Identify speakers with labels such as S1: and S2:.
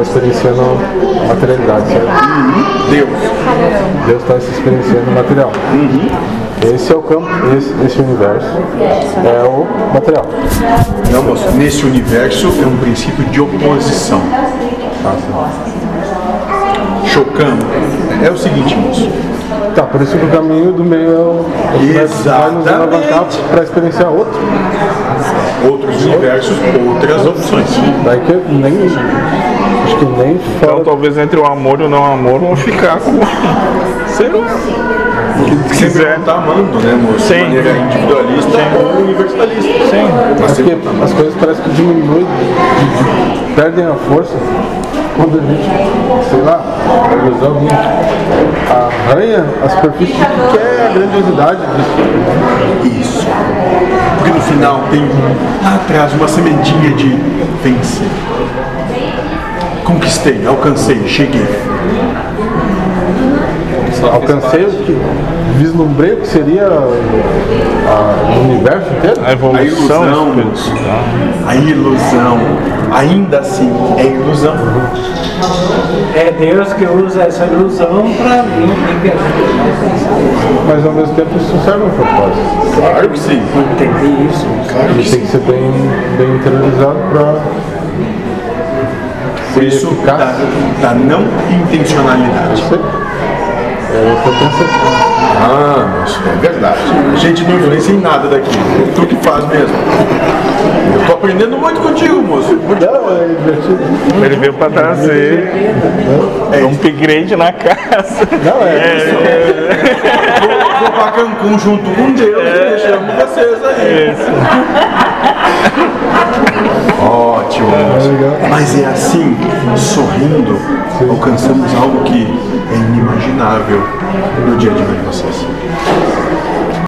S1: experienciando materialidade, certo?
S2: Deus.
S1: Deus está se experienciando material. Esse é o campo, esse, esse universo é o material.
S2: Não, moço. Nesse universo é um princípio de oposição. tá? Chocando. É o seguinte, moço.
S1: Tá, por isso que o caminho do meio é o o que vai- vai nos
S2: Exatamente.
S1: alavancar para experienciar outro.
S2: Outros universos, outras opções.
S1: Daí que nem. Acho que nem
S3: Então
S1: fora.
S3: talvez entre o amor e o não amor vão ficar com. Sei lá. O que quiser.
S2: Tá amando, né, moço?
S3: Sim.
S2: De maneira individualista ou universalista. Sim. Mas
S1: Porque
S2: sempre tá amando.
S1: as coisas parecem que diminuem, de- de- perdem a força quando a gente, sei lá, a ilusão a gente arranha a superfície do que é a grandiosidade disso.
S2: Isso. Porque no final tem lá atrás uma sementinha de vencer. Conquistei, alcancei, cheguei.
S1: Alcancei o que. Vislumbrei o que seria a- o universo inteiro.
S3: A
S2: A
S3: evolução.
S2: ilusão, a ilusão, ainda assim é ilusão.
S4: É Deus que usa essa ilusão para mim.
S1: Mas ao mesmo tempo isso serve um propósito.
S2: Claro que sim.
S4: Entendi isso.
S1: Isso tem que ser bem, bem interiorizado para
S2: Por isso,
S1: eficaz.
S2: da, da não intencionalidade.
S1: ser. É, eu tô pensando.
S2: Ah, moço, é verdade. A gente não influencia em nada daqui. Tu que faz mesmo. Eu tô aprendendo muito contigo, moço. Muito
S1: Não, é divertido.
S3: Ele veio pra trazer um upgrade na casa.
S1: Não, é.
S2: Vou pra Cancún junto com Deus e deixamos vocês aí. Ótimo. Mas é assim, sorrindo, alcançamos algo que é inimaginável no dia a dia de vocês.